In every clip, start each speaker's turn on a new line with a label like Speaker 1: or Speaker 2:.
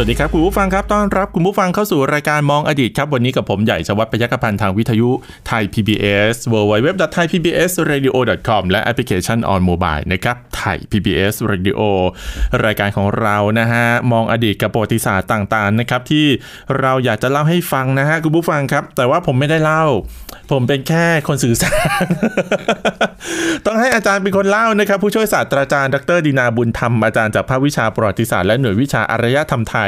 Speaker 1: สวัสดีครับคุณผู้ฟังครับต้อนรับคุณผู้ฟังเข้าสู่รายการมองอดีตครับ วันนี้กับผมใหญ่ชวัฒน์พยัคฆพันธ์ทางวิทยุไทย PBS www.thaipbsradio.com และแอปพลิเคชัน on mobile นะครับไทย PBS Radio รายการของเรานะฮะ มองอดีตกับประวัติศาสตร์ต่างๆนะครับที่เราอยากจะเล่าให้ฟังนะฮะคุณผู้ฟังครับ แต่ว่าผมไม่ได้เล่า ผมเป็นแค่คนสื่อสาร ต้องให้อาจารย์เป็นคนเล่านะครับ ผู้ช่วยศาสตราจารย์ดรดินาบุญธรรม อาจารย์จากภาควิชาประวัติศาสตร์และหน่วยวิชาอารยธรรมไทย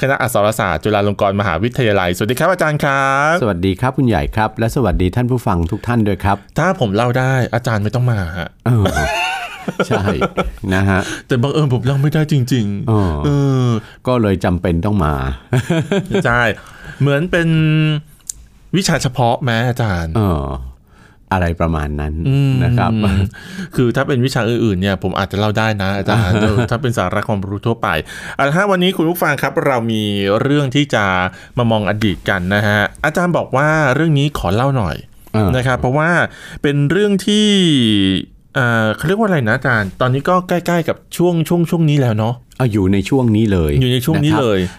Speaker 1: คณะอักษรศาสตร์จุฬาลงกรณ์มหาวิทยาลัย สวัสดีครับอาจารย์ครับ
Speaker 2: สวัสดีครับคุณใหญ่ครับ และสวัสดีท่านผู้ฟังทุกท่านด้วยครับ
Speaker 1: ถ้าผมเล่าได้อาจารย์ไม่ต้องมาฮะ
Speaker 2: เออใช่นะฮะ
Speaker 1: แต่บังเอิญผมเล่าไม่ได้จริง
Speaker 2: เออ
Speaker 1: ๆเออ
Speaker 2: ก็เลยจำเป็นต้องมา
Speaker 1: ใช่เหมือนเป็นวิชาเฉพาะแม้อาจารย์
Speaker 2: เอออะไรประมาณนั้นนะครับ
Speaker 1: คือถ้าเป็นวิชาอื่นๆเนี่ยผมอาจจะเล่าได้นะอาจารย์ เออถ้าเป็นสาระความรู้ทั่วไปเอาละฮะวันนี้คุณผู้ฟังครับเรามีเรื่องที่จะมามองอดีตกันนะฮะอาจารย์บอกว่าเรื่องนี้ขอเล่าหน่อย
Speaker 2: เออ
Speaker 1: นะครับเพราะว่าเป็นเรื่องที่เอ่อเขาเรียกว่าอะไรนะอาจารย์ ตอนนี้ก็ใกล้ๆกับช่วงช่วงช่วงนี้แล้วเนาะ
Speaker 2: เอาอยู่ในช่วงนี้เลย
Speaker 1: อยู่ในช่วงนี้เลย
Speaker 2: นะครับ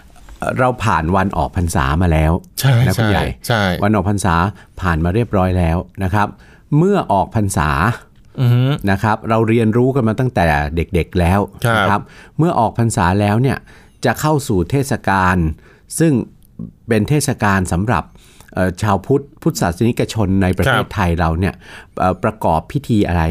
Speaker 2: เราผ่านวันออกพรรษามาแล้ว
Speaker 1: ใช่
Speaker 2: นะคุณ
Speaker 1: ใช่
Speaker 2: ใหญ่
Speaker 1: ใช่
Speaker 2: วันออกพรรษาผ่านมาเรียบร้อยแล้วนะครับ เมื่อออกพรรษา
Speaker 1: อือฮึ
Speaker 2: นะครับเราเรียนรู้กันมาตั้งแต่เด็กๆแล้ว
Speaker 1: ครับ
Speaker 2: นะเมื่อออกพรรษาแล้วเนี่ยจะเข้าสู่เทศกาลซึ่งเป็นเทศกาลสำหรับเอ่อชาวพุทธพุทธศาสนิกชนในประเท
Speaker 1: ค
Speaker 2: ศ
Speaker 1: รับ
Speaker 2: ไทยเราเนี่ยเอ่อประกอบพิธีอะไร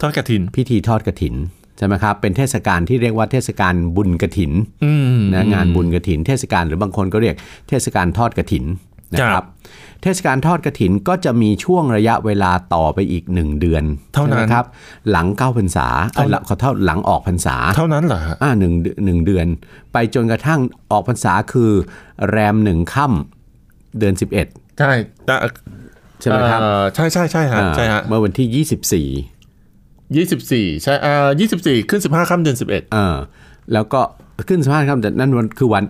Speaker 1: ทอดกระถิน
Speaker 2: พิธีทอดกระถินใช่ไหมครับเป็นเทศกาลที่เรียกว่าเทศกาลบุญกระถิน
Speaker 1: อืม
Speaker 2: นะงานบุญกระถิน เทศกาลหรือบางคนก็เรียกเทศกาลทอดกระถินนะค
Speaker 1: ครั
Speaker 2: รั
Speaker 1: บบ
Speaker 2: เทศกาลทอดกระถินก็จะมีช่วงระยะเวลาต่อไปอีกหนึ่งเดือน
Speaker 1: เท่านั้น
Speaker 2: ใช่ไหมครับ หลังเก้าพรรษาเอ่อ
Speaker 1: เท่านั้น
Speaker 2: ขอเท่าหลังออกพรรษา
Speaker 1: เท่านั้นเหรอฮะ
Speaker 2: อ่าหนึ่งเดือนหนึ่งเดือน ไปจนกระทั่งออกพรรษาคือแรมหนึ่งค่ำเดือน 11
Speaker 1: ใช่แต่
Speaker 2: ใช่ไหมครับ
Speaker 1: เอ่อใช่ใช่ใช่ฮะ
Speaker 2: อ่า
Speaker 1: ใช่ฮะ
Speaker 2: เมื่อวันที่ 24
Speaker 1: ยี่สิบสี่ใช่อ่ายี่สิบสี่ขึ้นสิบห้าค่ำเดือนสิบเอ็ด
Speaker 2: เออแล้วก็ขึ้นสะพานครับแต่นั่นวันคือวัน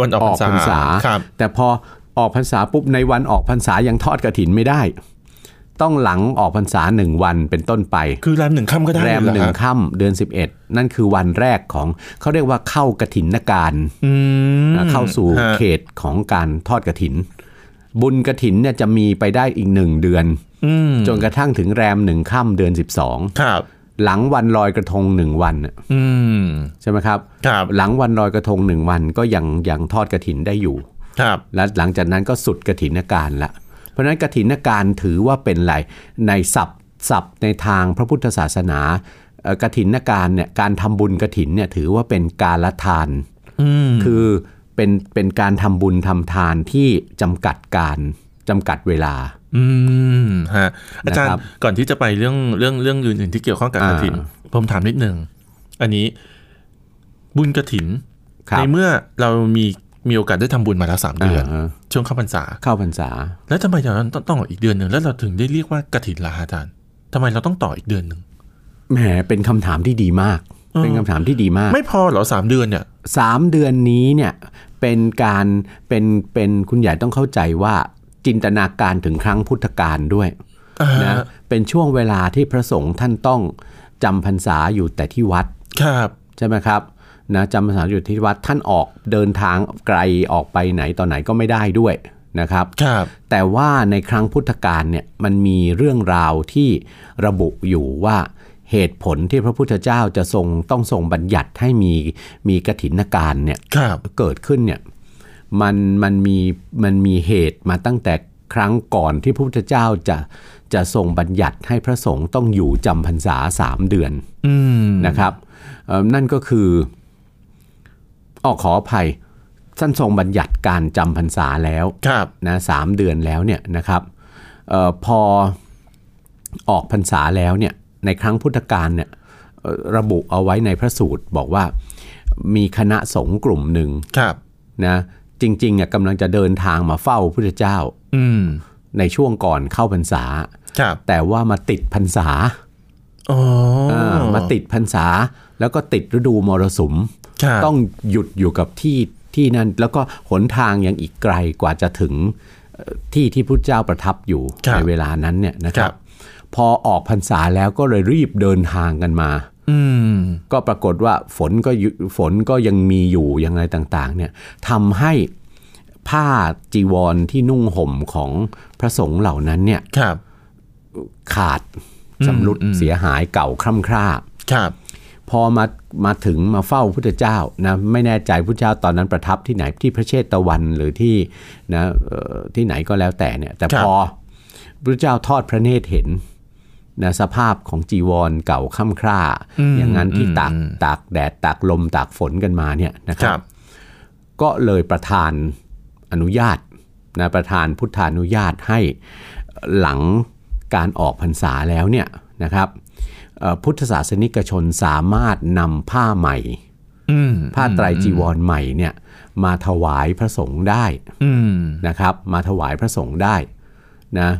Speaker 1: วันออกพ
Speaker 2: อ
Speaker 1: ร
Speaker 2: อก
Speaker 1: รษา
Speaker 2: พรรษา
Speaker 1: ครับ
Speaker 2: แต่พอออกพรรษาปุ๊บในวันออกพรรษายังทอดกระถินไม่ได้ ต้องหลังออกพรรษาหนึ่งวันเป็นต้นไป
Speaker 1: คือแรมหนึ่งค่ำก็ได้
Speaker 2: แรม
Speaker 1: เยเอ
Speaker 2: หนึ่ง
Speaker 1: ฮะ
Speaker 2: ค่ำเดือน 11 นั่นคือวันแรกของเขาเรียกว่าเข้ากระถินนาการ
Speaker 1: อืม
Speaker 2: นะเข้าสู่
Speaker 1: ฮะ
Speaker 2: เขตของการทอดกระถิน บุญกระถินเนี่ยจะมีไปได้อีกหนึ่งเดือน
Speaker 1: อืม
Speaker 2: จนกระทั่งถึงแรมหนึ่งค่ำเดือน
Speaker 1: ครับ
Speaker 2: 12 หลังวันลอยกระทงหนึ่งวันน่ะ
Speaker 1: อืม
Speaker 2: ใช่ไหมครับ
Speaker 1: ครับ
Speaker 2: หลังวันลอยกระทงหนึ่งวันก็ยังยังทอดกระถินได้อยู่
Speaker 1: ครับ
Speaker 2: และหลังจากนั้นก็สุดกระถินการละ เพราะฉะนั้นกระถินการถือว่าเป็นอะไรในศัพท์ศัพท์ในทางพระพุทธศาสนาเอ่อกระถินการเนี่ยการทำบุญกระถินเนี่ยถือว่าเป็นการละทาน
Speaker 1: อืม
Speaker 2: คือเป็นเป็นการทำบุญทำทานที่จำกัดการจำกัดเวลา
Speaker 1: อืมฮะอาจารย์
Speaker 2: นะครับ
Speaker 1: ก่อนที่จะไปเรื่องเรื่องเรื่องอื่นๆที่เกี่ยวข้องกับก
Speaker 2: อ่า
Speaker 1: ระถิน ผมถามนิดหนึ่งอันนี้ บุญกระถิน
Speaker 2: ครั
Speaker 1: ใน
Speaker 2: บ
Speaker 1: เมื่อเรามีมีโอกาสได้ทำบุญมาแล้วสามเดือน
Speaker 2: อ่า
Speaker 1: ช่วงเข้าพรรษา
Speaker 2: เข้าพรรษา
Speaker 1: แล้วทำไมอย่างนั้นต้องต้องออกอีกเดือนหนึ่งแล้วเราถึงได้เรียกว่ากระถินล่ะอาจารย์ทำไมเราต้องต่ออีกเดือนหนึ่ง
Speaker 2: แหมเป็นคำถามที่ดีมาก เป็นคำถามที่ดีมาก
Speaker 1: ไม่พอเหรอสามเดือนเนี่ย
Speaker 2: สามเดือนนี้เนี่ยเป็นการเป็นเป็นคุณใหญ่ต้องเข้าใจว่าจินตนาการถึงครั้งพุทธกาลด้วย
Speaker 1: อ่าฮะ
Speaker 2: นะเป็นช่วงเวลาที่พระสงฆ์ท่านต้องจำพรรษาอยู่แต่ที่วัด
Speaker 1: ครับ
Speaker 2: ใช่ไหมครับนะจำพรรษาอยู่ที่วัดท่านออกเดินทางไกลออกไปไหนต่อไหนก็ไม่ได้ด้วยนะครับ
Speaker 1: ครับ
Speaker 2: แต่ว่าในครั้งพุทธกาลเนี่ยมันมีเรื่องราวที่ระบุอยู่ว่าเหตุผลที่พระพุทธเจ้าจะทรงต้องทรงบัญญัติให้มีมีกถินการเนี่ย
Speaker 1: ครับ
Speaker 2: เกิดขึ้นเนี่ยมันมันมีมันมีเหตุมาตั้งแต่ครั้งก่อนที่พระพุทธเจ้าจะจะทรงบัญญัติให้พระสงฆ์ต้องอยู่จำพรรษาสามเดือน
Speaker 1: อืม
Speaker 2: นะครับเอิ่มนั่นก็คือออขออภัยท่านทรงบัญญัติการจำพรรษาแล้ว
Speaker 1: ครับ
Speaker 2: นะสามเดือนแล้วเนี่ยนะครับเออพอออกพรรษาแล้วเนี่ยในครั้งพุทธกาลเนี่ยเอ่อระบุเอาไว้ในพระสูตรบอกว่ามีคณะสงฆ์กลุ่มหนึ่ง
Speaker 1: ครับ
Speaker 2: นะจริงๆอ่ะกำลังจะเดินทางมาเฝ้าพระพุทธเจ้า
Speaker 1: อืม
Speaker 2: ในช่วงก่อนเข้าพรรษา
Speaker 1: ครับ
Speaker 2: แต่ว่ามาติดพรรษา
Speaker 1: อ๋อ
Speaker 2: เออมาติดพรรษา แล้วก็ติดฤดูมรสุม
Speaker 1: ครับ
Speaker 2: ต้องหยุดอยู่กับที่ที่นั่น แล้วก็หนทางยังอีกไกลกว่าจะถึงเอ่อที่ที่พระเจ้าประทับอยู่
Speaker 1: ครับ
Speaker 2: ในเวลานั้นเนี่ยนะค
Speaker 1: ค
Speaker 2: รั
Speaker 1: รับ บ
Speaker 2: พอออกพรรษาแล้วก็เลยรีบเดินทางกันมา
Speaker 1: อืม
Speaker 2: ก็ปรากฏว่าฝนก็อยู่ฝนก็ยังมีอยู่ยังไงต่างๆเนี่ยทำให้ผ้าจีวรที่นุ่งห่มของพระสงฆ์เหล่านั้นเนี่ย
Speaker 1: ครับ
Speaker 2: ขาดชำรุดเสียหายเก่าคร่ำคร่า
Speaker 1: ครับ
Speaker 2: พอมามาถึงมาเฝ้าพุทธเจ้านะไม่แน่ใจพุทธเจ้าตอนนั้นประทับที่ไหนที่พระเชตวันหรือที่นะเอ่อที่ไหนก็แล้วแต่เนี่ยแต่
Speaker 1: ครับ
Speaker 2: พอพุทธเจ้าทอดพระเนตรเห็นนะสภาพของจีวรเก่าค่ำคร่า อย่างนั้นที่ตากตากแดดตากลมตากฝนกันมาเนี่ยนะค
Speaker 1: ครับ รับ
Speaker 2: ก็เลยประธานอนุญาตนะประธานพุทธานุญาตให้หลังการออกพรรษาแล้วเนี่ยนะครับเอ่อพุทธศาสนิกชนสามารถนำผ้าใหม่
Speaker 1: อืม
Speaker 2: ผ้าไตรจีวรใหม่เนี่ยมาถวายพระสงฆ์ได้
Speaker 1: อืม
Speaker 2: นะครับ มาถวายพระสงฆ์ได้นะ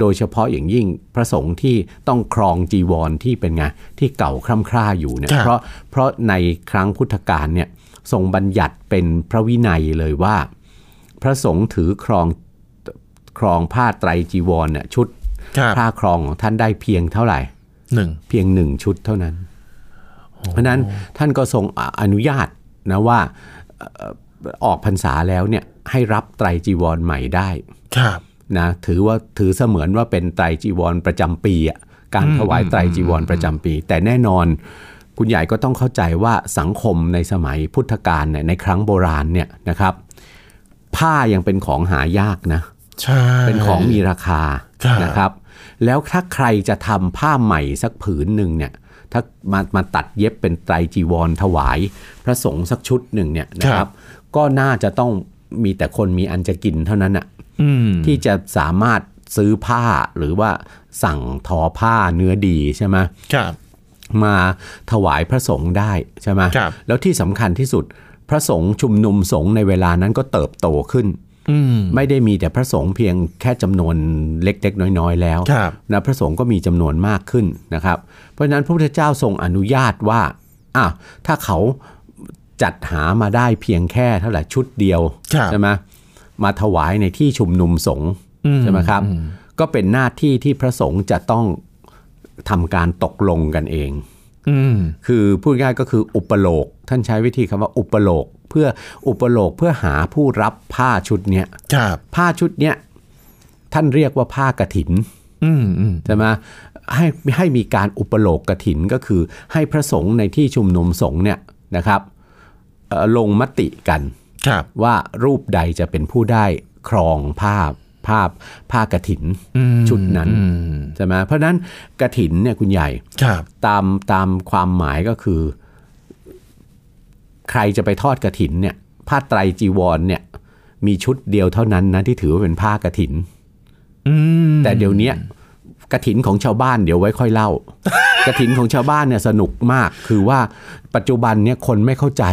Speaker 2: โดยเฉพาะอย่างยิ่งพระสงฆ์ที่ต้องครองจีวรที่เป็นไงที่เก่าคร่ำคร่าอยู่เนี่ย
Speaker 1: ครับ
Speaker 2: เพราะเพราะในครั้งพุทธกาลเนี่ยทรงบัญญัติเป็นพระวินัยเลยว่า พระสงฆ์ถือครองครองผ้าไตรจีวรเนี่ยชุด
Speaker 1: ครับ
Speaker 2: ผ้าครองของท่านได้เพียงเท่าไหร่
Speaker 1: หนึ่ง
Speaker 2: เพียงหนึ่งชุดเท่านั้น เพราะฉะนั้นท่านก็ทรงออนุญาตนะว่าเอ่อออกพรรษาแล้วเนี่ยให้รับไตรจีวรใหม่ได้
Speaker 1: ครับ
Speaker 2: นะถือว่าถือเสมือนว่าเป็นไตรจีวรประจำปีอะการถวายไตรจีวรประจำปี แต่แน่นอนคุณใหญ่ก็ต้องเข้าใจว่าสังคมในสมัยพุทธกาลเนี่ยในครั้งโบราณเนี่ยนะครับผ้ายังเป็นของหายากนะ
Speaker 1: ใช่
Speaker 2: เป็นของมีราคา
Speaker 1: ครับ
Speaker 2: นะครับ แล้วถ้าใครจะทำผ้าใหม่สักผืนหนึ่งเนี่ย ถ้ามามาตัดเย็บเป็นไตรจีวรถวาย พระสงฆ์สักชุดหนึ่งเนี่ยนะครับ ก็น่าจะต้องมีแต่คนมีอันจะกินเท่านั้นอ่ะ
Speaker 1: อืม
Speaker 2: ที่จะสามารถซื้อผ้าหรือว่าสั่งทอผ้าเนื้อดีใช่ไหม
Speaker 1: ครับ
Speaker 2: มาถวายพระสงฆ์ได้ใช่ไหม
Speaker 1: ครับ
Speaker 2: แล้วที่สำคัญที่สุดพระสงฆ์ชุมนุมสงฆ์ในเวลานั้นก็เติบโตขึ้น
Speaker 1: อืม
Speaker 2: ไม่ได้มีแต่พระสงฆ์เพียงแค่จำนวนเล็ก ๆ น้อย ๆ แล้ว
Speaker 1: ครับ
Speaker 2: นะพระสงฆ์ก็มีจำนวนมากขึ้นนะครับ เพราะฉะนั้นพระพุทธเจ้าทรงอนุญาตว่าอ่ะถ้าเขาจัดหามาได้เพียงแค่เท่าไหร่ชุดเดียว
Speaker 1: ครับ
Speaker 2: ใช่ไหมมาถวายในที่ชุมนุมสงฆ์
Speaker 1: อืม
Speaker 2: ใช่ไหมครับ ก็เป็นหน้าที่ที่พระสงฆ์จะต้องทำการตกลงกันเอง
Speaker 1: อืม
Speaker 2: คือพูดง่ายก็คืออุปโลกท่านใช้วิธีคำว่าอุปโลกเพื่ออุปโลกเพื่อหาผู้รับผ้าชุดเนี้ย
Speaker 1: ครับ
Speaker 2: ผ้าชุดเนี้ยท่านเรียกว่าผ้ากระถิน
Speaker 1: อืม อืม
Speaker 2: ใช่ไหมให้ให้มีการอุปโลกกระถินก็คือ ให้พระสงฆ์ในที่ชุมนุมสงฆ์เนี่ยนะครับเอ่อลงมติกัน
Speaker 1: ครับ
Speaker 2: ว่ารูปใดจะเป็นผู้ได้ครองผ้าผ้าผ้ากระถิน
Speaker 1: อืม
Speaker 2: ชุดนั้น
Speaker 1: อืม
Speaker 2: ใช่ไหมเพราะฉะนั้นกระถินเนี่ยคุณใหญ่
Speaker 1: ครับ
Speaker 2: ตามตามความหมายก็คือ ใครจะไปทอดกระถินเนี่ยผ้าไตรจีวรเนี่ยมีชุดเดียวเท่านั้นนะที่ถือว่าเป็นผ้ากระถิน
Speaker 1: อืม
Speaker 2: แต่เดี๋ยวเนี้ยกระถินของชาวบ้านเดี๋ยวไว้ค่อยเล่า กระถินของชาวบ้านเนี่ยสนุกมากคือว่าปัจจุบันเนี่ยคนไม่เข้าใจ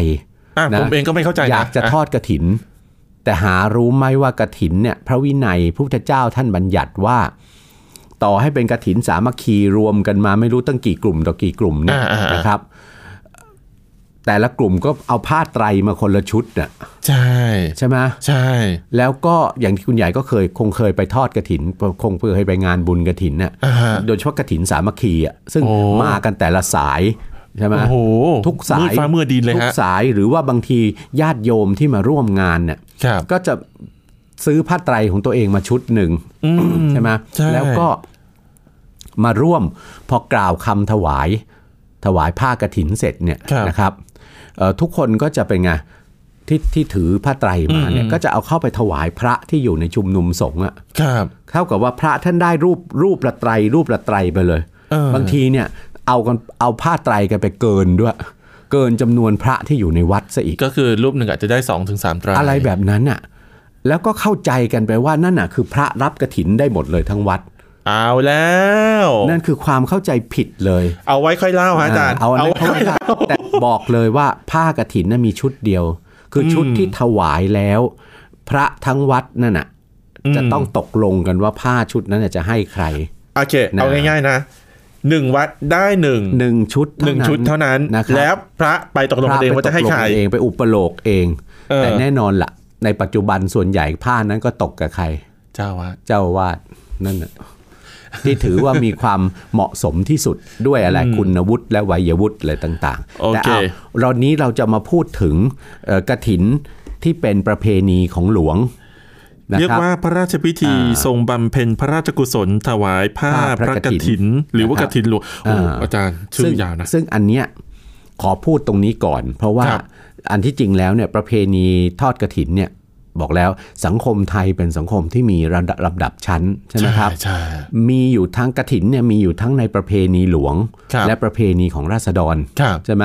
Speaker 1: อ่ะ
Speaker 2: นะ
Speaker 1: ผมเองก็ไม่เข้าใจ
Speaker 2: อ
Speaker 1: นะ
Speaker 2: ยากจะทอดกระถิน แต่หารู้ไหมว่ากระถินเนี่ยพระวินัยพระพุทธเจ้าท่านบัญญัติว่า ต่อให้เป็นกระถินสามัคคีรวมกันมาไม่รู้ตั้งกี่กลุ่มต่อกี่กลุ่มเนี่ยนะครับ แต่ละกลุ่มก็เอาผ้าไตรมาคนละชุดน่ะ
Speaker 1: ใช่
Speaker 2: ใช่ไหม
Speaker 1: ใช่
Speaker 2: แล้วก็อย่างที่คุณใหญ่ก็เคยคงเคยไปทอดกระถิน คงเคยไปงานบุญกระถินน่ะ
Speaker 1: อ่าฮะ
Speaker 2: โดยเฉพาะกระถินสามัคคีอ่ะซึ่ง
Speaker 1: โอ้
Speaker 2: มากันแต่ละสายใช่ไหม
Speaker 1: โอ้โห
Speaker 2: ทุกสา
Speaker 1: มืด
Speaker 2: ย
Speaker 1: ฟ้ามืดดินเลย
Speaker 2: ทุก
Speaker 1: ฮะ
Speaker 2: สายหรือว่าบางทีญาติโยมที่มาร่วมงานเนี่ย
Speaker 1: ครับ
Speaker 2: ก็จะซื้อผ้าไตรของตัวเองมาชุดหนึ่ง
Speaker 1: อืม
Speaker 2: ใช่ไหม
Speaker 1: ใช่
Speaker 2: แล้วก็มาร่วมพอกล่าวคำถวายถวายผ้ากระถินเสร็จเนี่ยนะครับเอ่อทุกคนก็จะเป็นไง ที่ที่ถือผ้าไตรมาเนี่ยก็จะเอาเข้าไปถวายพระที่อยู่ในชุมนุมสงฆ์อะ
Speaker 1: ครับ
Speaker 2: เท่ากับว่าพระท่านได้รูปรูปละไตรรูปละไตรไปเลย
Speaker 1: เออ
Speaker 2: บางทีเนี่ยเอากันเอาผ้าไตรกันไปเกินด้วย เกินจำนวนพระที่อยู่ในวัดซะอีก
Speaker 1: ก็คือรูปหนึ่งอาจจะได้สองถึงสามตรา
Speaker 2: อะไรแบบนั้นอะแล้วก็เข้าใจกันไปว่านั่นน่ะคือพระรับกระถินได้หมดเลยทั้งวัด
Speaker 1: เอาแล้ว
Speaker 2: นั่นคือความเข้าใจผิดเลย
Speaker 1: เอาไว้ค่อยเล่าฮะอาจารย์
Speaker 2: เอาอันนั้นเข้าใจแต่บอกเลยว่าผ้ากระถินน่ะมีชุดเดียว คือชุดที่ถวายแล้ว พระทั้งวัดนั่นน่ะ จะต้องตกลงกันว่าผ้าชุดนั้นน่ะจะให้ใคร
Speaker 1: โอเค
Speaker 2: นะ
Speaker 1: เอาง่ายๆนะ หนึ่งวัดได้หนึ่ง
Speaker 2: หนึ่งชุด
Speaker 1: หนึ่งชุดเท่านั้น
Speaker 2: นะครับ
Speaker 1: แล้วพระไปตกลงกันเองว่าจะให้ใคร
Speaker 2: พไปตกลงกันเองไปอุปโลกเอง
Speaker 1: เออ
Speaker 2: แต่แน่นอนละ่ะ ในปัจจุบันส่วนใหญ่ผ้านั้นก็ตกกับใคร
Speaker 1: เจ้าวาด
Speaker 2: เจ้าอาวาดนั่น น่ะ ที่ถือว่ามีความเหมาะสมที่สุดด้วยอะไรคุณวุฒิและวัยวุฒิอะไรต่าง
Speaker 1: โอ
Speaker 2: ๆ
Speaker 1: เค
Speaker 2: แต่เอาเรานี้เราจะมาพูดถึงเอ่อกระถินที่เป็นประเพณีของหลวงนะ
Speaker 1: เรียก
Speaker 2: ครับ
Speaker 1: ว่าพระราชพิธี
Speaker 2: อ่า
Speaker 1: ทรงบำเพ็ญพระราชกุศล ถวายผ้า
Speaker 2: ผ้า
Speaker 1: พ
Speaker 2: พ
Speaker 1: ระ
Speaker 2: ระ
Speaker 1: ก
Speaker 2: กฐิน
Speaker 1: ฐิน หรือว่า
Speaker 2: นะค
Speaker 1: ก
Speaker 2: รับ
Speaker 1: ฐินหลวงโอ้โห
Speaker 2: อ่า
Speaker 1: อาจารย์ชื่อยาวนะ
Speaker 2: ซึ่งอันเนี้ยขอพูดตรงนี้ก่อน เพราะว่า
Speaker 1: ครับ
Speaker 2: อันที่จริงแล้วเนี่ยประเพณีทอดกระถินเนี่ยบอกแล้วสังคมไทยเป็นสังคมที่มีระดับลำดับชั้นใช่ไหมครับ
Speaker 1: ใช่
Speaker 2: มีอยู่ทั้งกระถินเนี่ยมีอยู่ทั้งในประเพณีหลวง
Speaker 1: ครับ
Speaker 2: และประเพณีของราษฎร
Speaker 1: ครับ
Speaker 2: ใช่ไหม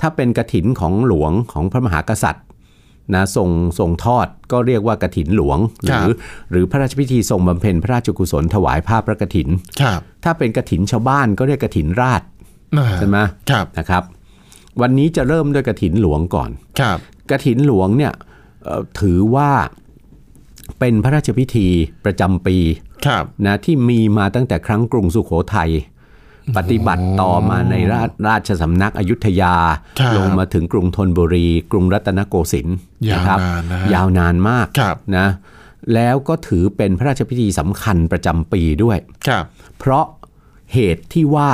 Speaker 2: ถ้าเป็นกระถินของหลวงของพระมหากษัตริย์นะทรงทรงทอดก็เรียกว่ากระถินหลวง ห
Speaker 1: ครั
Speaker 2: รื
Speaker 1: บ
Speaker 2: หรือพระราชพิธีทรงบำเพ็ญพระราชกุศลถวายผ้าพระกฐิน
Speaker 1: ครับ
Speaker 2: ถ้าเป็นกระถินชาวบ้านก็เรียกกระถินราช
Speaker 1: อ่า
Speaker 2: ใช่ไหม
Speaker 1: ครับ
Speaker 2: นะครับ วันนี้จะเริ่มด้วยกระถินหลวงก่อน
Speaker 1: ครับ
Speaker 2: กระถินหลวงเนี่ยเอ่อถือว่าเป็นพระราชพิธีประจำปี
Speaker 1: ครับ
Speaker 2: นะที่มีมาตั้งแต่ครั้งกรุงสุโขทัยปฏิบัติต่อมาในราชราชสำนักอยุธยา
Speaker 1: ครับ
Speaker 2: ลงมาถึงกรุงธนบุรี กรุงรัตนโกสินทร์
Speaker 1: ยาว
Speaker 2: ะครับ
Speaker 1: นานนะฮะ
Speaker 2: ยาวนานมาก
Speaker 1: ครับ
Speaker 2: นะแล้วก็ถือเป็นพระราชพิธีสำคัญประจำปีด้วย
Speaker 1: ครับ
Speaker 2: เพราะเหตุที่ว่า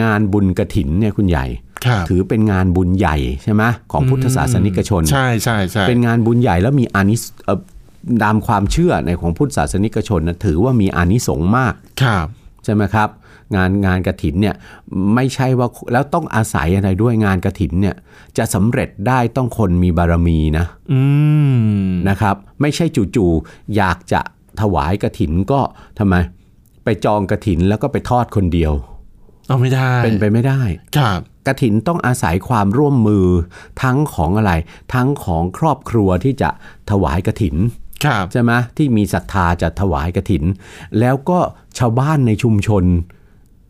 Speaker 2: งานบุญกระถินเนี่ยคุณใหญ่
Speaker 1: ครับ
Speaker 2: ถือเป็นงานบุญใหญ่ใช่ไหมของพุทธศาสนิกชน
Speaker 1: ใช่ใช่ใช่
Speaker 2: เป็นงานบุญใหญ่แล้วมีอานิสเอ่อตามความเชื่อในของพุทธศาสนิกชนนะถือว่ามีอานิสงส์มาก
Speaker 1: ครับ
Speaker 2: ใช่ไหมครับ งานงานกระถินเนี่ยไม่ใช่ว่าแล้วต้องอาศัยอะไรด้วยงานกระถินเนี่ยจะสำเร็จได้ต้องคนมีบารมีนะ
Speaker 1: อืม
Speaker 2: นะครับ ไม่ใช่จู่ๆอยากจะถวายกระถินก็ทำไมไปจองกระถินแล้วก็ไปทอดคนเดียว
Speaker 1: เอาไม่ได้
Speaker 2: เป็นไปไม่ได้
Speaker 1: ครับ
Speaker 2: กระถินต้องอาศัยความร่วมมือทั้งของอะไร ทั้งของครอบครัวที่จะถวายกระถิน
Speaker 1: ครับ
Speaker 2: ใช่ไหมที่มีศรัทธาจะถวายกระถิน แล้วก็ชาวบ้านในชุมชน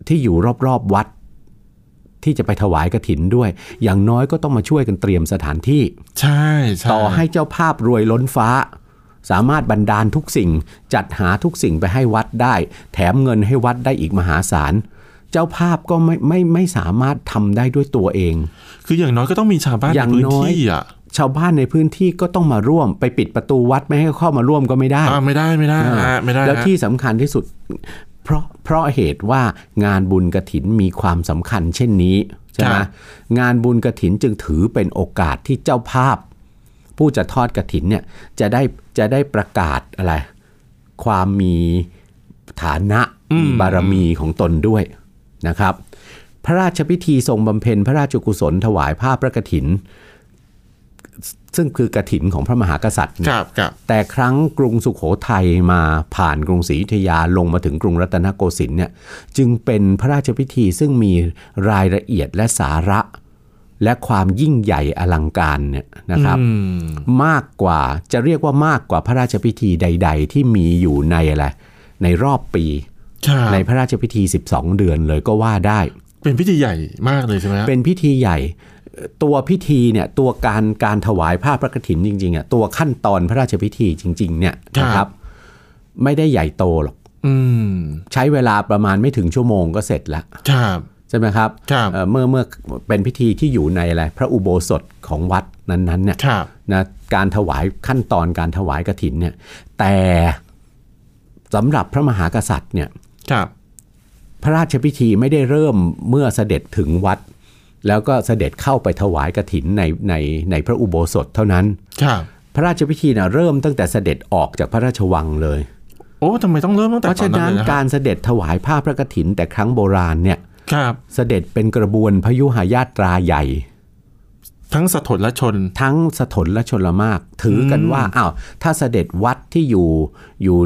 Speaker 2: ที่อยู่รอบๆวัด ที่จะไปถวายกระถินด้วย อย่างน้อยก็ต้องมาช่วยกันเตรียมสถานที่
Speaker 1: ใช่ใช่
Speaker 2: ต่อให้เจ้าภาพรวยล้นฟ้า สามารถบันดาลทุกสิ่ง จัดหาทุกสิ่งไปให้วัดได้ แถมเงินให้วัดได้อีกมหาศาล เจ้าภาพก็ไม่ไม่ไม่สามารถทำได้ด้วยตัวเอง
Speaker 1: คืออย่างน้อยก็ต้องมีชาวบ้าน
Speaker 2: อ
Speaker 1: ใน
Speaker 2: ย่าง
Speaker 1: พื้น
Speaker 2: น้อย
Speaker 1: ที่อ่ะ
Speaker 2: ชาวบ้านในพื้นที่ก็ต้องมาร่วมไปปิดประตูวัดไม่ให้เข้ามาร่วมก็ไม่ได้
Speaker 1: อ่าไม่ได้ไม่ได้
Speaker 2: อ่า
Speaker 1: อ่าไม่ได้
Speaker 2: แล้ว
Speaker 1: ฮะ
Speaker 2: ที่สำคัญที่สุด เพราะเพราะเหตุว่างานบุญกระถินมีความสำคัญเช่นนี้ใช่ไหมงานบุญกระถินจึงถือเป็นโอกาสที่เจ้าภาพ ผู้จะทอดกระถินเนี่ยจะได้จะได้ประกาศอะไร ความมีฐานะมีบารมีของตนด้วยนะครับ พระราชพิธีทรงบำเพ็ญพระราชกุศลถวายผ้าพระกฐิน ซึ่งคือกฐินของพระมหากษัตริย์
Speaker 1: ค
Speaker 2: เนี่ย
Speaker 1: รับครับ
Speaker 2: แต่ครั้งกรุงสุขโขทัยมาผ่านกรุงศรีอยุธยาลงมาถึงกรุงรัตนโกสินทร์เนี่ยจึงเป็นพระราชพิธีซึ่งมีรายละเอียดและสาระ และความยิ่งใหญ่อลังการเนี่ยนะครับ
Speaker 1: อืม
Speaker 2: มากกว่าจะเรียกว่ามากกว่าพระราชพิธีใด ๆ ที่มีอยู่ในอะไรในรอบปี
Speaker 1: ครับ
Speaker 2: ในพระราชพิธี 12 เดือนเลยก็ว่าได้
Speaker 1: เป็นพิธีใหญ่มากเลยใช่ไหมฮะ
Speaker 2: เป็นพิธีใหญ่เอ่อตัวพิธีเนี่ยตัวการการถวายผ้าพระกฐินจริงๆอ่ะตัวขั้นตอนพระราชพิธีจริง ๆ เนี่ยนะครับ ไม่ได้ใหญ่โตหรอก
Speaker 1: อืม
Speaker 2: ใช้เวลาประมาณไม่ถึงชั่วโมงก็เสร็จละ
Speaker 1: ครับ
Speaker 2: ใช่ไหมครับ
Speaker 1: ครับ
Speaker 2: เอ่อเมื่อเมื่อเป็นพิธีที่อยู่ในอะไรพระอุโบสถของวัดนั้นๆเนี่ย
Speaker 1: ครับ
Speaker 2: นะการถวายขั้นตอนการถวายกฐินเนี่ยแต่สำหรับพระมหากษัตริย์เนี่ย
Speaker 1: ครับ
Speaker 2: พระราชพิธีไม่ได้เริ่มเมื่อเสด็จถึงวัด แล้วก็เสด็จเข้าไปถวายกฐินในในในพระอุโบสถเท่านั้น
Speaker 1: ครับ
Speaker 2: พระราชพิธีนะเริ่มตั้งแต่เสด็จออกจากพระราชวังเลย
Speaker 1: โอ้ทำไมต้องเริ่มตั้งแต่
Speaker 2: เพราะ
Speaker 1: ตอ
Speaker 2: ฉะ
Speaker 1: นนั้
Speaker 2: นั้นน
Speaker 1: เลยนะ
Speaker 2: การ
Speaker 1: คับ
Speaker 2: รเสด็จถวายผ้าพระกฐินแต่ครั้งโบราณเนี่ย
Speaker 1: ครับ
Speaker 2: เสด็จเป็นกระบวนพยุหายาตราใหญ่
Speaker 1: ทั้งสถนและชน
Speaker 2: ทั้งสถนและชนละมาก ถือกันว่าอ้าวถ้าเสด็จวัดที่อยู่อยู่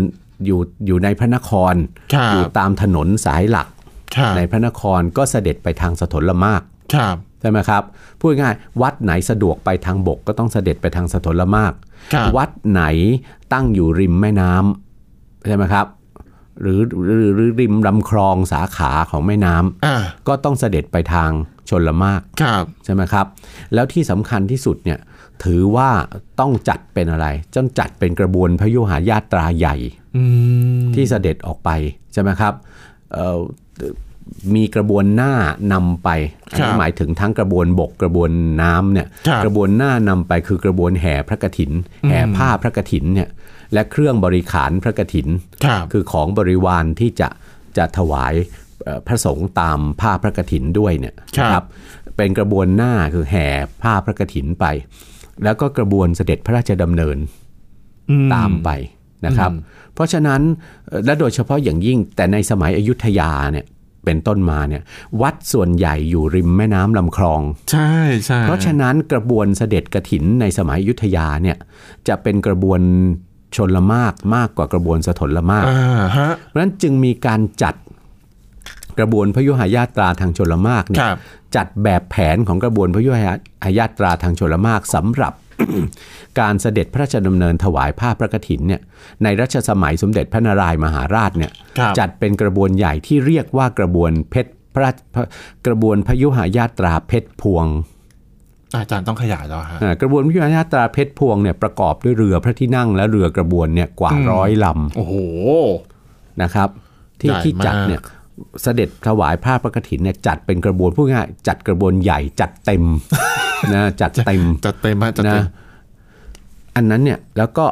Speaker 2: อยู่อยู่ในพระนคร
Speaker 1: ครับ
Speaker 2: อยู่ตามถนนสายหลัก
Speaker 1: ครับ
Speaker 2: ในพระนครก็เสด็จไปทางสถนละมาก
Speaker 1: ครับ
Speaker 2: ใช่ไหมครับพูดง่ายวัดไหนสะดวกไปทางบกก็ต้องเสด็จไปทางสถนละมาก
Speaker 1: ครับ
Speaker 2: วัดไหนตั้งอยู่ริมแม่น้ำใช่ไหมครับ หรือหรือหรือริมลำคลองสาขาของแม่น้ำ
Speaker 1: อ่า
Speaker 2: ก็ต้องเสด็จไปทางชนละมาก
Speaker 1: ครับ
Speaker 2: ใช่ไหมครับ แล้วที่สำคัญที่สุดเนี่ยถือว่าต้องจัดเป็นอะไรต้องจัดเป็นกระบวนพยุหายาตราใหญ่
Speaker 1: อืม
Speaker 2: ที่เสด็จออกไปใช่ไหมครับเอ่อ มีกระบวนหน้านำไปอัน
Speaker 1: ครั
Speaker 2: นี้
Speaker 1: บ
Speaker 2: หมายถึงทั้งกระบวนบกกระบวนน้ำเนี่ย
Speaker 1: ครับ
Speaker 2: กระบวนหน้านำไปคือกระบวนแห่พระกฐิน แห่ผ้าพระกฐินเนี่ยและเครื่องบริขารพระกฐิน
Speaker 1: ครับ
Speaker 2: คือของบริวารที่จะจะถวายเอ่อพระสงฆ์ตามผ้าพระกฐินด้วยเนี่ย
Speaker 1: ครับ
Speaker 2: นะเป็นกระบวนหน้าคือแห่ผ้าพระกฐินไป แล้วก็กระบวนเสด็จพระราชดำเนิน
Speaker 1: อื
Speaker 2: ตามไปนะครับ เพราะฉะนั้นเอ่อและโดยเฉพาะอย่างยิ่งแต่ในสมัยอยุธยาเนี่ยเป็นต้นมาเนี่ยวัดส่วนใหญ่อยู่ริมแม่น้ำลำคลอง
Speaker 1: ใช่ใช่
Speaker 2: เพราะฉะนั้นกระบวนเสด็จกระถินในสมัยอยุธยาเนี่ยจะเป็นกระบวนชนละมากมากกว่ากระบวนสถนละมาก
Speaker 1: อ่าฮะ
Speaker 2: เพราะฉะนั้นจึงมีการจัดกระบวนพยุหายาตราทางชลมากเนี่
Speaker 1: ค
Speaker 2: ย
Speaker 1: รับ
Speaker 2: จัดแบบแผนของกระบวนพยุหายาตราทางชลมากสำหรับ การเสด็จพระราชดำเนินถวายผ้าพระกฐินเนี่ยในรัชสมัยสมเด็จพระนารายมหาราชเนี่ย
Speaker 1: ครับ
Speaker 2: จัดเป็นกระบวนใหญ่ที่เรียกว่ากระบวนเพชรพระราชพระกระบวนพยุหายาตราเพชรพวง
Speaker 1: อาจารย์ต้องขยายแล้วฮะ
Speaker 2: อ่ากระบวนวิทยาตราเพชรพวงเนี่ยประกอบด้วยเรือพระที่นั่งและเรือกระบวนเนี่ยกว่า
Speaker 1: อืม
Speaker 2: ร้อยล
Speaker 1: โอ้โห
Speaker 2: ำนะครับ ที่
Speaker 1: ใหญ่
Speaker 2: ที่จัด
Speaker 1: มาก
Speaker 2: เนี่ยเสด็จถวายผ้าพระกฐินเนี่ยจัดเป็นกระบวนพูดง่ายๆจัดกระบวนใหญ่จัดเต็ม นะจัดเต็ม
Speaker 1: จัดเต็มฮะจัดเต็
Speaker 2: นะ
Speaker 1: ม
Speaker 2: อันนั้นเนี่ยแล้วก็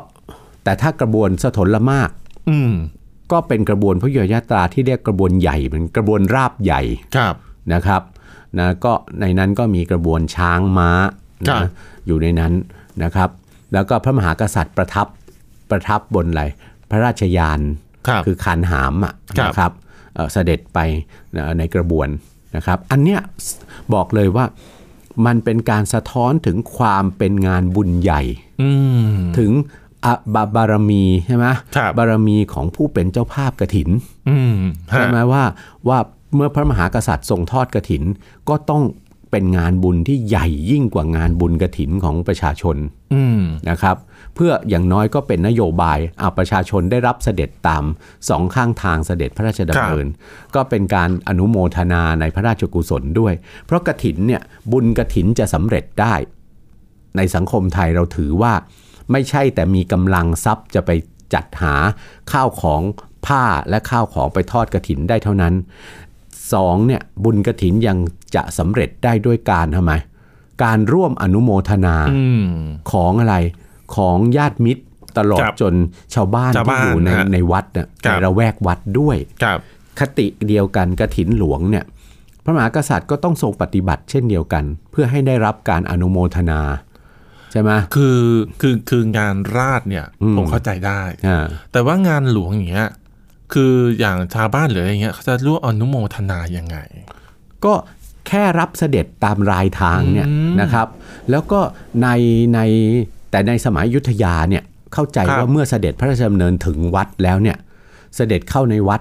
Speaker 2: แต่ถ้ากระบวนสถนละมาก
Speaker 1: อืม
Speaker 2: ก็เป็นกระบวนพระยยาตราที่เรียกกระบวนใหญ่เป็นกระบวนราบใหญ่
Speaker 1: ครับ
Speaker 2: นะครับนะก็ในนั้นก็มีกระบวนช้างม้า
Speaker 1: ครั
Speaker 2: นะ
Speaker 1: บ
Speaker 2: อยู่ในนั้นนะครับ แล้วก็พระมหากษัตริย์ประทับประทับบนอะไรพระราชยาน
Speaker 1: ครับ
Speaker 2: คือคานหามอะ
Speaker 1: ครับ
Speaker 2: นะครับเอ่อเสด็จไปนะในกระบวนนะครับ อันเนี้ยบอกเลยว่ามันเป็นการสะท้อนถึงความเป็นงานบุญใหญ่
Speaker 1: อืม
Speaker 2: ถึงอะบะบารมีใช่ไหม
Speaker 1: ครับ
Speaker 2: บารมีของผู้เป็นเจ้าภาพกระถิน
Speaker 1: อืมฮะ
Speaker 2: ใช่ไหมว่าว่าเมื่อพระมหากษัตริย์ทรงทอดกระถิน ก็ต้องเป็นงานบุญที่ใหญ่ยิ่งกว่างานบุญกระถินของประชาชน
Speaker 1: อืม
Speaker 2: นะครับ เพื่ออย่างน้อยก็เป็นนโยบายอาประชาชนได้รับเสด็จตามสองข้างทางเสด็จพระราชดำเนิน ก็เป็นการอนุโมทนาในพระราชกุศลด้วย เพราะกระถินเนี่ยบุญกระถินจะสำเร็จได้ ในสังคมไทยเราถือว่า ไม่ใช่แต่มีกำลังทรัพย์จะไปจัดหาข้าวของผ้าและข้าวของไปทอดกระถินได้เท่านั้นสองเนี่ยบุญกระถินยังจะสำเร็จได้ด้วยการทำไม การร่วมอนุโมทนา
Speaker 1: อืม
Speaker 2: ของอะไรของญาติมิตรตลอด
Speaker 1: ครับ
Speaker 2: จนชาวบ้าน
Speaker 1: ชาว
Speaker 2: ที่
Speaker 1: บ้าน
Speaker 2: อยู่ใน
Speaker 1: ฮะ
Speaker 2: ในวัดเนี่ย
Speaker 1: ครั
Speaker 2: ใน
Speaker 1: บ
Speaker 2: ระแวกวัดด้วย
Speaker 1: ครับ
Speaker 2: คติเดียวกันกระถินหลวงเนี่ยพระมหากษัตริย์ก็ต้องทรงปฏิบัติเช่นเดียวกัน เพื่อให้ได้รับการอนุโมทนา ใช่ไหม
Speaker 1: คือคือคืองานราชเนี่ย
Speaker 2: อืม
Speaker 1: ผมเข้าใจได้
Speaker 2: อ่า
Speaker 1: แต่ว่างานหลวงอย่างเงี้ยคืออย่างชาวบ้านหรืออะไรเงี้ยเขาจะร่วมอนุโมทนายังไง
Speaker 2: ก็แค่รับเสด็จตามรายทางเนี่ย
Speaker 1: อืม
Speaker 2: นะครับ แล้วก็ในในแต่ในสมัยอยุทธยาเนี่ยเข้าใจ
Speaker 1: ครับ
Speaker 2: ว่าเมื่อเสด็จพระราชดำเนินถึงวัดแล้วเนี่ยเสด็จเข้าในวัด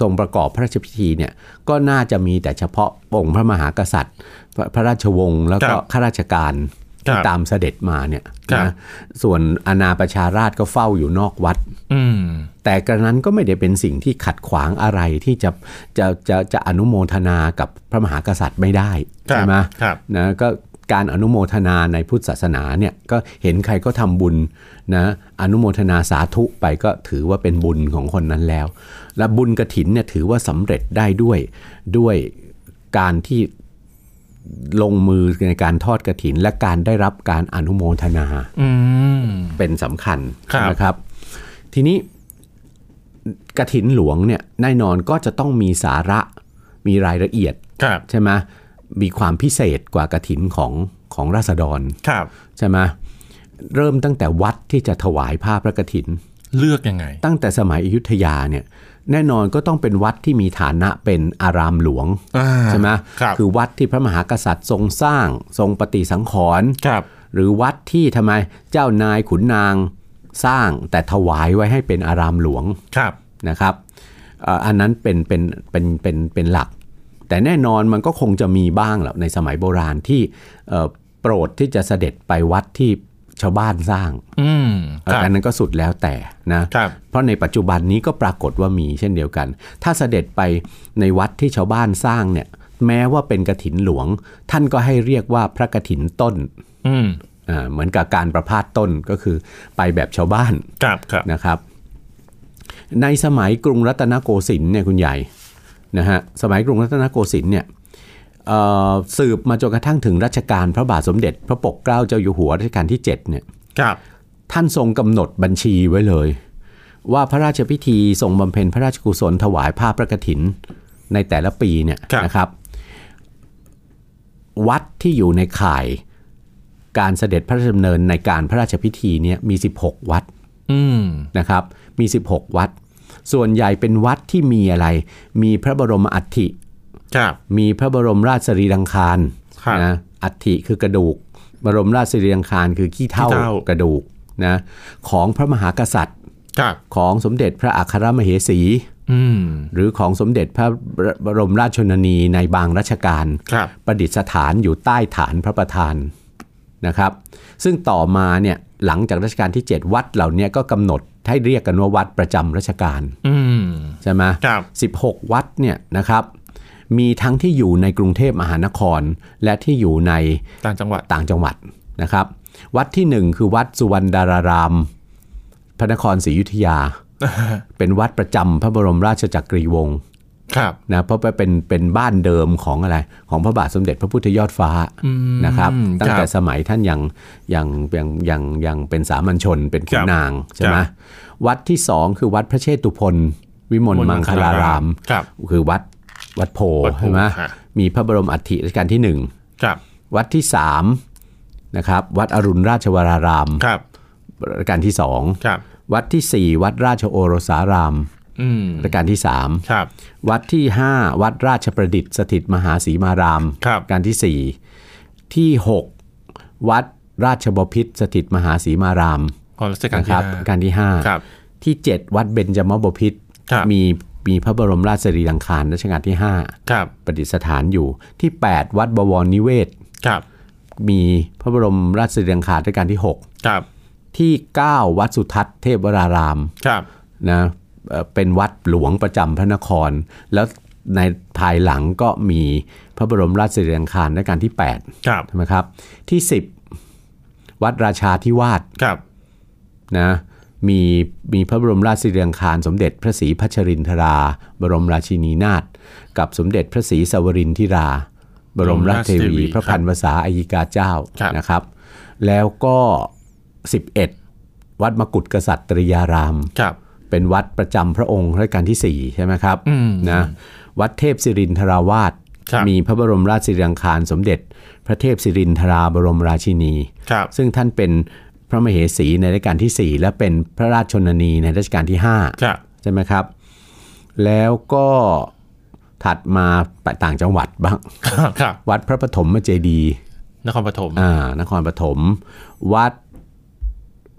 Speaker 2: ทรงประกอบพระราชพิธีเนี่ยก็น่าจะมีแต่เฉพาะองค์พระมหากษัตริย์ พระพระราชวงศ์แล้ว
Speaker 1: ค
Speaker 2: ก็
Speaker 1: รับ
Speaker 2: ข้าราชการ
Speaker 1: ครับ
Speaker 2: ที่ตามเสด็จมาเนี่ย
Speaker 1: ครับ
Speaker 2: นะส่วนอาณาประชาราชก็เฝ้าอยู่นอกวัด
Speaker 1: อืม
Speaker 2: แต่กระนั้นก็ไม่ได้เป็นสิ่งที่ขัดขวางอะไรที่จะจะจะจะอนุโมทนากับพระมหากษัตริย์ไม่ได้
Speaker 1: ครับ
Speaker 2: ใช่ไหม
Speaker 1: ครับ
Speaker 2: นะก็การอนุโมทนาในพุทธศาสนาเนี่ยก็เห็นใครก็ทำบุญนะอนุโมทนาสาธุไปก็ถือว่าเป็นบุญของคนนั้นแล้ว และบุญกระถินเนี่ยถือว่าสำเร็จได้ด้วยด้วยการที่ลงมือในการทอดกระถิน และการได้รับการอนุโมทนา
Speaker 1: อืม
Speaker 2: เป็นสำคัญ
Speaker 1: ครับ
Speaker 2: นะครับ ทีนี้กระถินหลวงเนี่ยแน่นอนก็จะต้องมีสาระมีรายละเอียด
Speaker 1: ครับ
Speaker 2: ใช่ไหมมีความพิเศษกว่ากระถินของของราษฎร
Speaker 1: ครับ
Speaker 2: ใช่ไหมเริ่มตั้งแต่วัดที่จะถวายผ้าพระกฐิน
Speaker 1: เลือกยังไง
Speaker 2: ตั้งแต่สมัยอยุธยาเนี่ยแน่นอนก็ต้องเป็นวัดที่มีฐานะเป็นอารามหลวง
Speaker 1: อ่า
Speaker 2: ใช่ไหม
Speaker 1: ครับ
Speaker 2: คือวัดที่พระมหากษัตริย์ทรงสร้างทรงปฏิสังขรณ์
Speaker 1: ครับ
Speaker 2: หรือวัดที่ทำไมเจ้านายขุนนางสร้างแต่ถวายไว้ให้เป็นอารามหลวง
Speaker 1: ครับ
Speaker 2: นะครับเอ่ออันนั้นเป็นเป็นเป็นเป็นเป็นหลัก แต่แน่นอนมันก็คงจะมีบ้างแหละในสมัยโบราณที่เอ่อโปรดที่จะเสด็จไปวัดที่ชาวบ้านสร้าง
Speaker 1: อืม
Speaker 2: เอ่อ
Speaker 1: ครับ
Speaker 2: อันนั้นก็สุดแล้วแต่นะ
Speaker 1: ครับ
Speaker 2: เพราะในปัจจุบันนี้ก็ปรากฏว่ามีเช่นเดียวกัน ถ้าเสด็จไปในวัดที่ชาวบ้านสร้างเนี่ยแม้ว่าเป็นกระถินหลวง ท่านก็ให้เรียกว่าพระกระถินต้น
Speaker 1: อืม
Speaker 2: อ่าเหมือนกับการประพาสต้นก็คือไปแบบชาวบ้าน
Speaker 1: ครับครับ
Speaker 2: นะครับ ในสมัยกรุงรัตนโกสินทร์เนี่ยคุณใหญ่ นะฮะสมัยกรุงรัตนโกสินทร์เนี่ยเอ่อสืบมาจนกระทั่งถึงรัชกาลพระบาทสมเด็จ พระปกเกล้าเจ้าอยู่หัวรัชกาลที่7เนี่ย
Speaker 1: ครับ
Speaker 2: ท่านทรงกำหนดบัญชีไว้เลย ว่าพระราชพิธีทรงบำเพ็ญพระราชกุศลถวายผ้าพระกฐิน ในแต่ละปีเนี่ย
Speaker 1: ครับ
Speaker 2: นะครับ วัดที่อยู่ในข่ายการเสด็จพระราชดำเนินในการพระราชพิธีเนี่ยมี 16 วัด
Speaker 1: อืม
Speaker 2: นะครับ มี 16 วัด ส่วนใหญ่เป็นวัดที่มีอะไร มีพระบรมอัฐิ
Speaker 1: ครับ
Speaker 2: มีพระบรมราชสรีรังคาร
Speaker 1: ครับ
Speaker 2: นะอัฐิคือกระดูก บรมราชสรีรังคารคือขี้เท่า
Speaker 1: ขี้เถ้า
Speaker 2: กระดูกนะของพระมหากษัตริย์
Speaker 1: ครับ
Speaker 2: ของสมเด็จพระอัครมเหสี
Speaker 1: อืม
Speaker 2: หรือของสมเด็จพระบรมราชชนนีในบางรัชกาล
Speaker 1: ครับ
Speaker 2: ประดิษฐานอยู่ใต้ฐานพระประธานนะครับ ซึ่งต่อมาเนี่ยหลังจากรัชกาลที่ 7 วัดเหล่าเนี้ก็กำหนดให้เรียกกันว่าวัดประจำรัชกาล
Speaker 1: อืม
Speaker 2: ใช่ไหม
Speaker 1: ครับ
Speaker 2: 16 วัดเนี่ยนะครับ มีทั้งที่อยู่ในกรุงเทพมหานคร และที่อยู่ใน
Speaker 1: ต่างจังหวัด
Speaker 2: ต่างจังหวัดนะครับ วัดทีหนึ่1 คือวัดสุวรรณดาราราม พระนครศรีอยุธยา เป็นวัดประจำพระบรมราชจักรีวงศ์
Speaker 1: ครับ
Speaker 2: นะเพราะว่าเป็นเป็นบ้านเดิมของอะไรของพระบาทสมเด็จพระพุทธยอดฟ้านะครับ ตั้งแต่
Speaker 1: ครับ
Speaker 2: สมัยท่านยังยังยังยังยังเป็นสามัญชนเป็นขุ
Speaker 1: คน รับ
Speaker 2: นางใช่ไหม
Speaker 1: ครับ
Speaker 2: วัดที่สองคือวัดพระเชตุพนวิมลมังคลาราม
Speaker 1: ครับ
Speaker 2: คือวัดวัดโพ
Speaker 1: วัดโพ
Speaker 2: ใช่ไหม
Speaker 1: ฮะ
Speaker 2: มีพระบรมอัฐิรัชกาลที่
Speaker 1: ครับ
Speaker 2: 1 วัดที่3นะครับวัดอรุณราชวราราม
Speaker 1: ครับ
Speaker 2: รัชกาลที่
Speaker 1: ครับ
Speaker 2: 2 วัดทีสี่ 4 วัดราชโอรสาราม
Speaker 1: อืม
Speaker 2: รัชกาลที่
Speaker 1: ครับ
Speaker 2: 3 วัดที่ 5 วัดราชประดิษฐ์สถิตมหาศรีมาราม
Speaker 1: ครับ
Speaker 2: ชกาลทีสี่4 ที่ 6 วัดราชบพิตรสถิตมหาศรีมาราม
Speaker 1: ของรัชกาล
Speaker 2: นะค
Speaker 1: ที่
Speaker 2: รับ
Speaker 1: ห้า
Speaker 2: รัชกาลที่ห้า
Speaker 1: ครับ
Speaker 2: ที่ 7 วัดเบญจมบพิตร
Speaker 1: ครับ
Speaker 2: มีมีพระบรมราชสรีรังคารรัชกาลที่
Speaker 1: ครับ
Speaker 2: 5 ประดิษฐานอยู่ที่ 8 วัดบวรนิเวศ
Speaker 1: ครับ
Speaker 2: มีพระบรมราชสรีรังคารรัชกาลที่
Speaker 1: ครับ
Speaker 2: 6 ที่ 9 วัดสุทัศน์เทพวราราม
Speaker 1: ครับ
Speaker 2: นะเอ่อเป็นวัดหลวงประจำพระนคร แล้วในภายหลังก็มีพระบรมราชสรีรังคารรัชกาลที่8
Speaker 1: ครับ
Speaker 2: ใช่ไหมครับที่ 10 วัดราชาธิวาส
Speaker 1: ครับ
Speaker 2: นะมีมีพระบรมราชสีเรียงคารสมเด็จพระศรีพัชรินทรา บรมราชินีนาถกับสมเด็จพระศรีสวรินทิรา บรมราชเท
Speaker 1: บรมราชเทวี
Speaker 2: วี พระพันวษาอัยกาเจ้า
Speaker 1: ครับ
Speaker 2: นะครับ แล้วก็ 11 วัดมกุฏกษัตริยาราม
Speaker 1: ครับ
Speaker 2: เป็นวัดประจำพระองค์รัชกาลที่สี่ใช่ไหมครับ
Speaker 1: อืม
Speaker 2: นะวัดเทพศิรินทราวาส
Speaker 1: ครับ
Speaker 2: มีพระบรมราชสีเรียงคารสมเด็จ พระเทพศิรินทราบรมราชินี
Speaker 1: ครับ
Speaker 2: ซึ่งท่านเป็นพระมเหสีในรัชกาลทีสี่ 4 และเป็นพระราชชนนีในรัชกาลที่
Speaker 1: ครับ
Speaker 2: 5 ใช่ไหมครับ แล้วก็ถัดมาไปต่างจังหวัดบ้าง
Speaker 1: ครับ
Speaker 2: วัดพระปฐมเจดีย์
Speaker 1: นครปฐม
Speaker 2: อ่านครปฐมวัด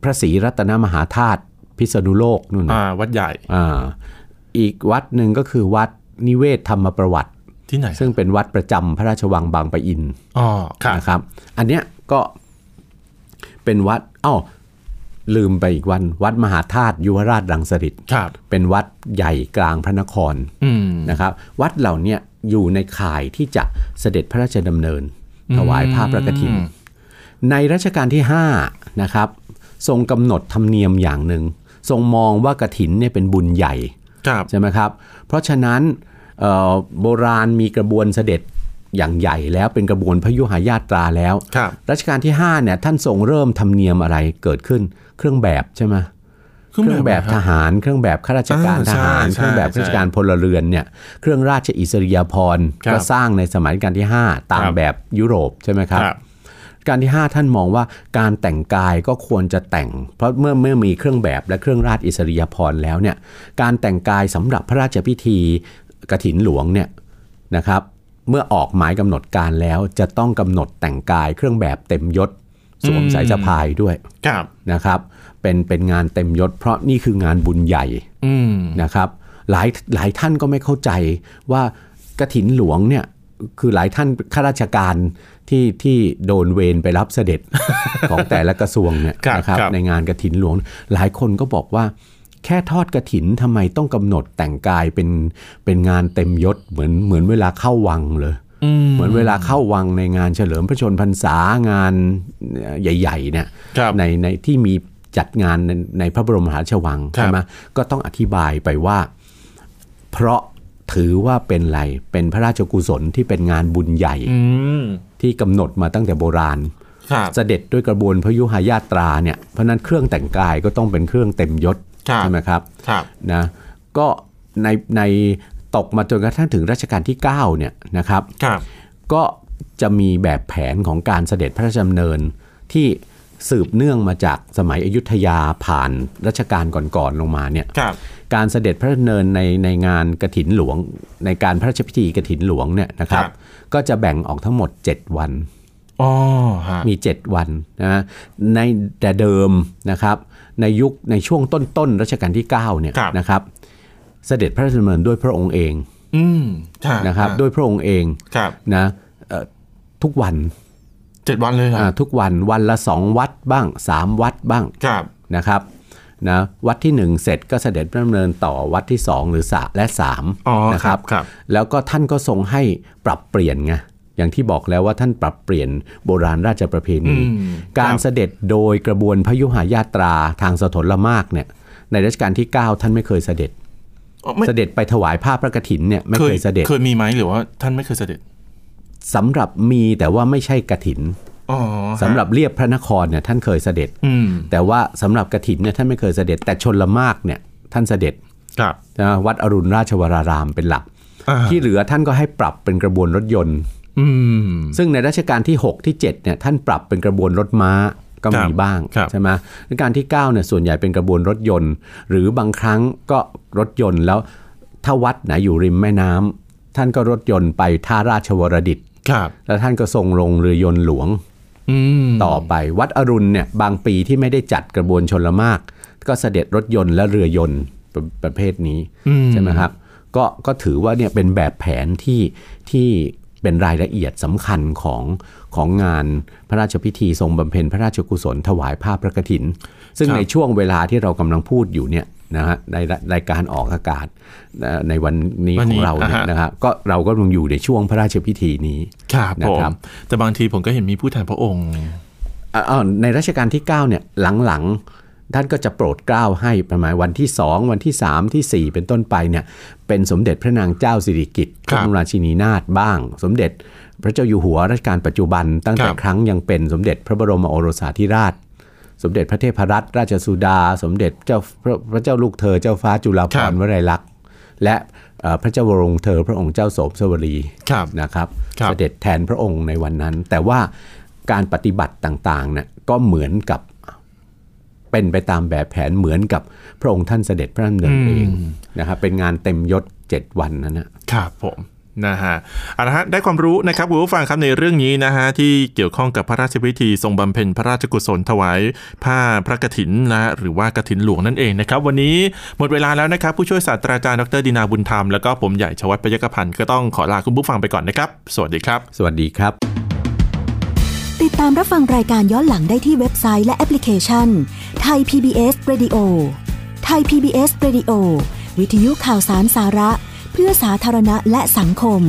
Speaker 2: พระศรีรัตนมหาธาตุพิษณุโลกนู่นนะ
Speaker 1: อ่า วัดใหญ่
Speaker 2: อ่าอีกวัดหนึ่งก็คือวัดนิเวศธรรมประวัติ
Speaker 1: ที่ไหน
Speaker 2: ซึ่งเป็นวัดประจำพระราชวังบางปะอิน
Speaker 1: อ๋อ ครับ
Speaker 2: นะครับอันเนี้ยก็เป็นวัดอ้าวลืมไปอีกวัน วัดมหาธาตุยุวราชรังสฤษดิ์
Speaker 1: ครับ
Speaker 2: เป็นวัดใหญ่กลางพระนคร
Speaker 1: อืม
Speaker 2: นะครับ วัดเหล่าเนี้ยอยู่ในข่ายที่จะเสด็จพระราชดำเนิน ถวายผ้าพระกฐิน ในรัชกาลที่ 5 นะครับ ทรงกำหนดธรรมเนียมอย่างหนึ่ง ทรงมองว่ากฐินเนี่ยเป็นบุญใหญ่
Speaker 1: ครับ
Speaker 2: ใช่ไหมครับ เพราะฉะนั้นเอ่อโบราณมีกระบวนเสด็จอย่างใหญ่แล้วเป็นกระบวนพยุหายาตราแล้ว
Speaker 1: ครับ
Speaker 2: รัชกาลที่5เนี่ยท่านทรงเริ่มทำเนียมอะไรเกิดขึ้นเครื่องแบบใช่ไหมเครื่องแบบ
Speaker 1: นะฮะ
Speaker 2: ทหาร เครื่องแบบข้าราชการ
Speaker 1: อ่า
Speaker 2: ทหาร
Speaker 1: ใช่ใช่
Speaker 2: เครื่องแบบข้าราชการพลเรือนเนี่ยเครื่องราชอิสริยาภรณ์
Speaker 1: ครับ
Speaker 2: ก็สร้างในสมัยรัชกาลที่ 5 ตาม
Speaker 1: ครับ
Speaker 2: แบบยุโรปใช่ไหมครับ
Speaker 1: ครับ
Speaker 2: การที่ 5 ท่านมองว่าการแต่งกายก็ควรจะแต่ง เพราะเมื่อเมื่อมีเครื่องแบบและเครื่องราชอิสริยาภรณ์แล้วเนี่ยการแต่งกายสำหรับพระราชพิธีกฐินหลวงเนี่ยนะครับ เมื่อออกหมายกำหนดการแล้วจะต้องกำหนดแต่งกายเครื่องแบบเต็มยศสวม
Speaker 1: อืม
Speaker 2: สายสะพายด้วย
Speaker 1: ครับ
Speaker 2: นะครับเป็นเป็นงานเต็มยศ เพราะนี่คืองานบุญใหญ่
Speaker 1: อืม
Speaker 2: นะครับหลายหลายท่านก็ไม่เข้าใจว่ากระถินหลวงเนี่ยคือหลายท่านข้าราชการที่ที่โดนเวรไปรับเสด็จ ของแต่ละกระทรวงเนี่ย
Speaker 1: ครับ
Speaker 2: นะครับ
Speaker 1: ครับ
Speaker 2: ในงานกระถินหลวง หลายคนก็บอกว่า แค่ทอดกระถินทำไมต้องกำหนดแต่งกายเป็นเป็นงานเต็มยศเหมือนเหมือนเวลาเข้าวังเลย
Speaker 1: อืม
Speaker 2: เหมือนเวลาเข้าวังในงานเฉลิมพระชนพรรษางานใหญ่ๆเนี่ย
Speaker 1: ครับ
Speaker 2: ในในที่มีจัดงานในในพระบรมมหาราชวัง
Speaker 1: ครับ
Speaker 2: ใช่ไหมก็ต้องอธิบายไปว่า เพราะ ถือว่าเป็นอะไรเป็นพระราชกุศลที่เป็นงานบุญใหญ่
Speaker 1: อืม
Speaker 2: ที่กำหนดมาตั้งแต่โบราณ
Speaker 1: ครับ
Speaker 2: เสด็จด้วยกระบวนพยุหายาตราเนี่ยเพราะฉะนั้นเครื่องแต่งกายก็ต้องเป็นเครื่องเต็มยศ
Speaker 1: ครับ
Speaker 2: ใช่ไหมครับ
Speaker 1: ครับ
Speaker 2: นะก็ในในตกมาจนกระทั่งถึงรัชกาลที่9เนี่ยนะครับ
Speaker 1: ครับ
Speaker 2: ก็จะมีแบบแผนของการเสด็จพระราชดำเนินที่สืบเนื่องมาจากสมัยอยุธยาผ่านรัชกาลก่อนๆลงมาเนี่ย
Speaker 1: ครับ
Speaker 2: การเสด็จพระราชดำเนินในในงานกระถินหลวง ในการพระราชพิธีกระถินหลวงเนี่ยนะครับก็จะแบ่งออกทั้งหมด 7 วัน
Speaker 1: อ๋อฮะ
Speaker 2: มี 7 วันนะในแต่เดิมนะครับในยุคในช่วงต้นๆรัชกาลที่9เนี่ยนะครับเสด็จพระราชดำเนินด้วยพระองค์เอง
Speaker 1: อืมฮ
Speaker 2: นะครับ
Speaker 1: ฮ
Speaker 2: ด้วยพระองค์เอง
Speaker 1: ครับ
Speaker 2: นะเอ่อทุกวัน
Speaker 1: เจ็ดวันเลยนะ
Speaker 2: อ่าทุกวันวันละ 2 วัดบ้าง 3 วัดบ้าง
Speaker 1: ครับ
Speaker 2: นะครับนะวัดทีหนึ่1 เสร็จก็เสด็จพระดำเนินต่อวัดที่ 2 หรือสะและ
Speaker 1: อ๋อ
Speaker 2: 3
Speaker 1: ค
Speaker 2: นะค
Speaker 1: รั
Speaker 2: รั
Speaker 1: บบ ครับ
Speaker 2: แล้วก็ท่านก็ทรงให้ปรับเปลี่ยนไงอย่างที่บอกแล้วว่าท่านปรับเปลี่ยนโบราณราชประเพณี
Speaker 1: อืม
Speaker 2: การ
Speaker 1: ครับ
Speaker 2: เสด็จโดยกระบวนพยุหายาตราทางสถนละมากเนี่ยในรัชกาลที่ 9 ท่านไม่เคยเสด็จ
Speaker 1: อ๋อไม่
Speaker 2: เสด็จไปถวายผ้าพระกฐินเนี่ยไม่เคยเสด็จ
Speaker 1: เคยมีไหมหรือว่าท่านไม่เคยเสด็จ
Speaker 2: สำหรับมีแต่ว่าไม่ใช่กฐิน
Speaker 1: อ๋อฮะ
Speaker 2: สำหรับเรียบพระนครเนี่ยท่านเคยเสด็จ
Speaker 1: อืม
Speaker 2: แต่ว่าสำหรับกฐินเนี่ยท่านไม่เคยเสด็จ แต่ชนละมากเนี่ยท่านเสด็จ
Speaker 1: ครับ
Speaker 2: นะวัดอรุณราชวรารามเป็นหลัก
Speaker 1: อ่า
Speaker 2: ที่เหลือท่านก็ให้ปรับเป็นกระบวนรถยนต์
Speaker 1: อืม
Speaker 2: ซึ่งในรัชกาลที่ 6 ที่ 7เนี่ยท่านปรับเป็นกระบวนรถม้าก็
Speaker 1: ครั
Speaker 2: มี
Speaker 1: บ
Speaker 2: บ้าง
Speaker 1: ครับ
Speaker 2: ใช่ไหมรัชกาลที่9เนี่ยส่วนใหญ่เป็นกระบวนรถยนต์ หรือบางครั้งก็รถยนต์แล้วถ้าวัดไหนอยู่ริมแม่น้ำท่านก็รถยนต์ไปท่าราชวรดิตถ์
Speaker 1: ครับ
Speaker 2: แล้วท่านก็ทรงลงเรือยนต์หลวง
Speaker 1: อืม
Speaker 2: ต่อไป วัดอรุณเนี่ยบางปีที่ไม่ได้จัดกระบวนชนละมาก ก็เสด็จรถยนต์และเรือยนต์ประประเภทนี้
Speaker 1: อื
Speaker 2: ใช่ไหมครับก็ก็ถือว่าเนี่ยเป็นแบบแผนที่ที่เป็นรายละเอียดสำคัญของของงานพระราชพิธีทรงบำเพ็ญพระราชกุศลถวายผ้าพระกฐิน ซึ่งในช่วงเวลาที่เรากำลังพูดอยู่เนี่ยนะฮะในรรายการออกอากาศเอ่อในวันนี้ของเราเนี่ยนะฮะก็เราก็ยังอยู่ในช่วงพระราชพิธีนี้
Speaker 1: ครับ
Speaker 2: นะ
Speaker 1: ผ
Speaker 2: ครั
Speaker 1: ม
Speaker 2: บ
Speaker 1: แต่บางทีผมก็เห็นมีผู้แทนพระองค์
Speaker 2: อ่ะอ่ะในรัชกาลที่ 9 เนี่ยหลังๆ ท่านก็จะโปรดเกล้าให้ประมาณวันที่ 2 วันที่ 3 ทีสี่ 4 เป็นต้นไปเนี่ยเป็นสมเด็จพระนางเจ้าสิริกิติ์
Speaker 1: ค
Speaker 2: พ
Speaker 1: รับ
Speaker 2: ระบรมราชินีนาถบ้าง สมเด็จพระเจ้าอยู่หัวรัชกาลปัจจุบัน ตั้งแต่
Speaker 1: ครับ
Speaker 2: ครั้งยังเป็นสมเด็จพระบรมโอรสาธิราช สมเด็จพระเทพรัตนราชสุดา สมเด็จเจ้าพระพระเจ้าลูกเธอเจ้าฟ้าจุฬาภร
Speaker 1: ครั
Speaker 2: ณ์
Speaker 1: บ
Speaker 2: วลัยลักษณ์และเอ่อพระเจ้าวรวงเธอพระองค์เจ้าโสมสวรี
Speaker 1: ครับ
Speaker 2: นะครับ
Speaker 1: ครับ
Speaker 2: เสด็จแทนพระองค์ในวันนั้น แต่ว่าการปฏิบัติต่างๆเนี่ยก็เหมือนกับเป็นไปตามแบบแผนเหมือนกับพระองค์ท่านเสด็จพระดำเนินเองนะครับเป็นงานเต็มยศ 7 วันนั้นนะ
Speaker 1: ครับผมนะฮะเอาละฮะได้ความรู้นะครับคุณผู้ฟังครับในเรื่องนี้นะฮะที่เกี่ยวข้องกับพระราชพิธีทรงบำเพ็ญพระราชกุศลถวายผ้าพระกฐินนะฮะหรือว่ากฐินหลวงนั่นเองนะครับวันนี้หมดเวลาแล้วนะครับผู้ช่วยศาสตราจารย์ดรดินาบุญธรรมแล้วก็ผมใหญ่ชวัฒน์ปยกพันธ์ก็ต้องขอลาคุณผู้ฟังไปก่อนนะครับ สวัสดีครับ
Speaker 2: สวัสดีครับ
Speaker 3: ติดตามรับฟังรายการย้อนหลังได้ที่เว็บไซต์และแอปพลิเคชันไทย PBS Radio ไทย PBS Radio วิทยุข่าวสารสาระ เพื่อสาธารณะและสังคม